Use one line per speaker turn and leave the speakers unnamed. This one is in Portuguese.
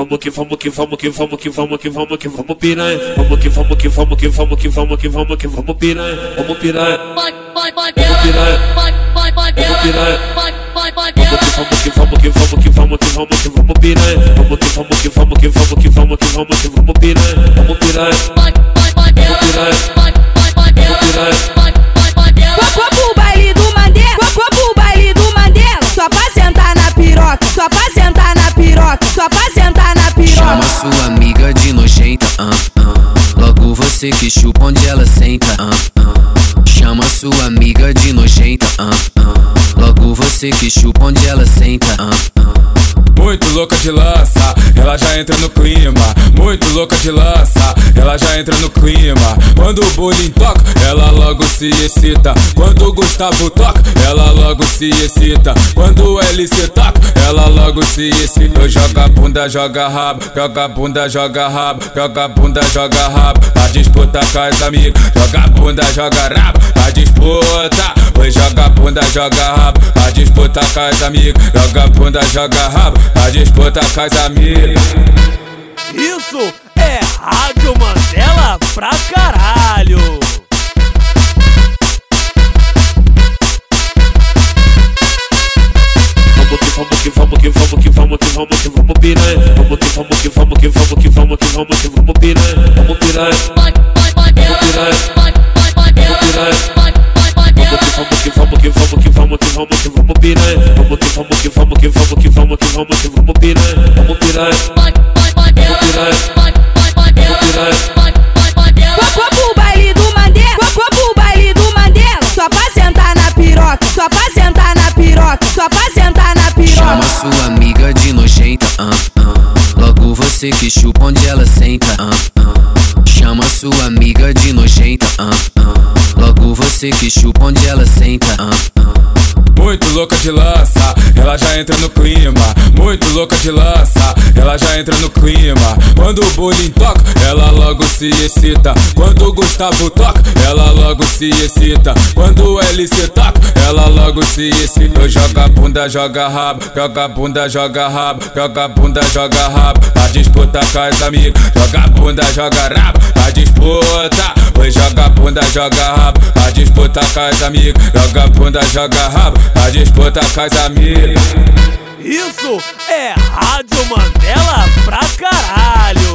Vamos que vamos que vamos que vamos que vamos que vamos que vamos piranha. Vamos que vamos que vamos que vamos que vamos que vamos que vamos piranha. Vamos piranha.
Vai, vai, vai dela. Vai, vai, vai dela. Vai, vai, vai dela.
Vamos que vamos que vamos que vamos que vamos que vamos piranha. Vamos que vamos que vamos que vamos que vamos que vamos que vamos piranha. Vamos piranha.
Vai, vai, vai dela. Vai, vai, vai dela. Vai, vai, vai dela.
Vou, vou pro baile do Mandela, vou, vou pro baile do Mandela. Só pra sentar na piroca, só pra sentar na piroca, só pra sentar na
Chama
piroca.
sua amiga de nojenta, ah, ah. logo você que chupa onde ela senta. ah, ah. Chama sua amiga de nojenta, ah, ah. logo você que chupa onde ela senta. ah, ah.
Muito louca de lança, ela já entra no clima. Muito louca de lança, ela já entra no clima. Quando o bullying toca, ela logo se excita. Quando o Gustavo toca, ela logo se excita. Quando o LC toca, ela logo se excita. Joga bunda, joga rabo, joga bunda, joga rabo, joga bunda, joga rabo. A disputa com as amigas, joga bunda, joga rabo, a disputa. Oi, joga bunda, joga rabo, a disputa com as amigas. Joga bunda, joga rabo, a disputa com as amigas.
Isso é Rádio Mandela pra caralho!
Vamos que vamos que vamos que vamos que vamos que vamos que vamos piranha. Vamos que vamos que vamos que vamos que vamos que vamos que vamos piranha. Vamos piranha.
Vai, vai, vai dela. Vai, vai, vai dela. Vai, vai, vai dela.
Vamos que vamos que vamos que vamos que vamos que vamos piranha. Vamos que vamos que vamos que vamos que vamos que vamos que vamos piranha. Vamos piranha.
Vai, vai, vai dela. Vai, vai, vai dela. Vai, vai, vai dela.
Vou, vou pro baile do Mandela, vou, vou pro baile do Mandela. Só pra sentar na piroca, só pra sentar na piroca, só pra sentar na
Chama
piroca.
sua amiga de nojenta, ah, ah. logo você que chupa onde ela senta. ah, ah. Chama sua amiga de nojenta, ah, ah. logo você que chupa onde ela senta. ah, ah.
Muito louca de lança, ela já entra no clima. Muito louca de lança, ela já entra no clima. Quando o bullying toca, ela logo se excita. Quando o Gustavo toca, ela logo se excita. Quando o LC toca, ela logo se excita. Joga bunda, joga rabo, joga bunda, joga rabo, joga bunda, joga rabo. A disputa com as amigas, joga bunda, joga rabo, a disputa. Oi, joga bunda, joga rabo, a disputa com as amigas, joga bunda, joga rabo, a disputa com as amigas.
Isso é Rádio Mandela pra caralho!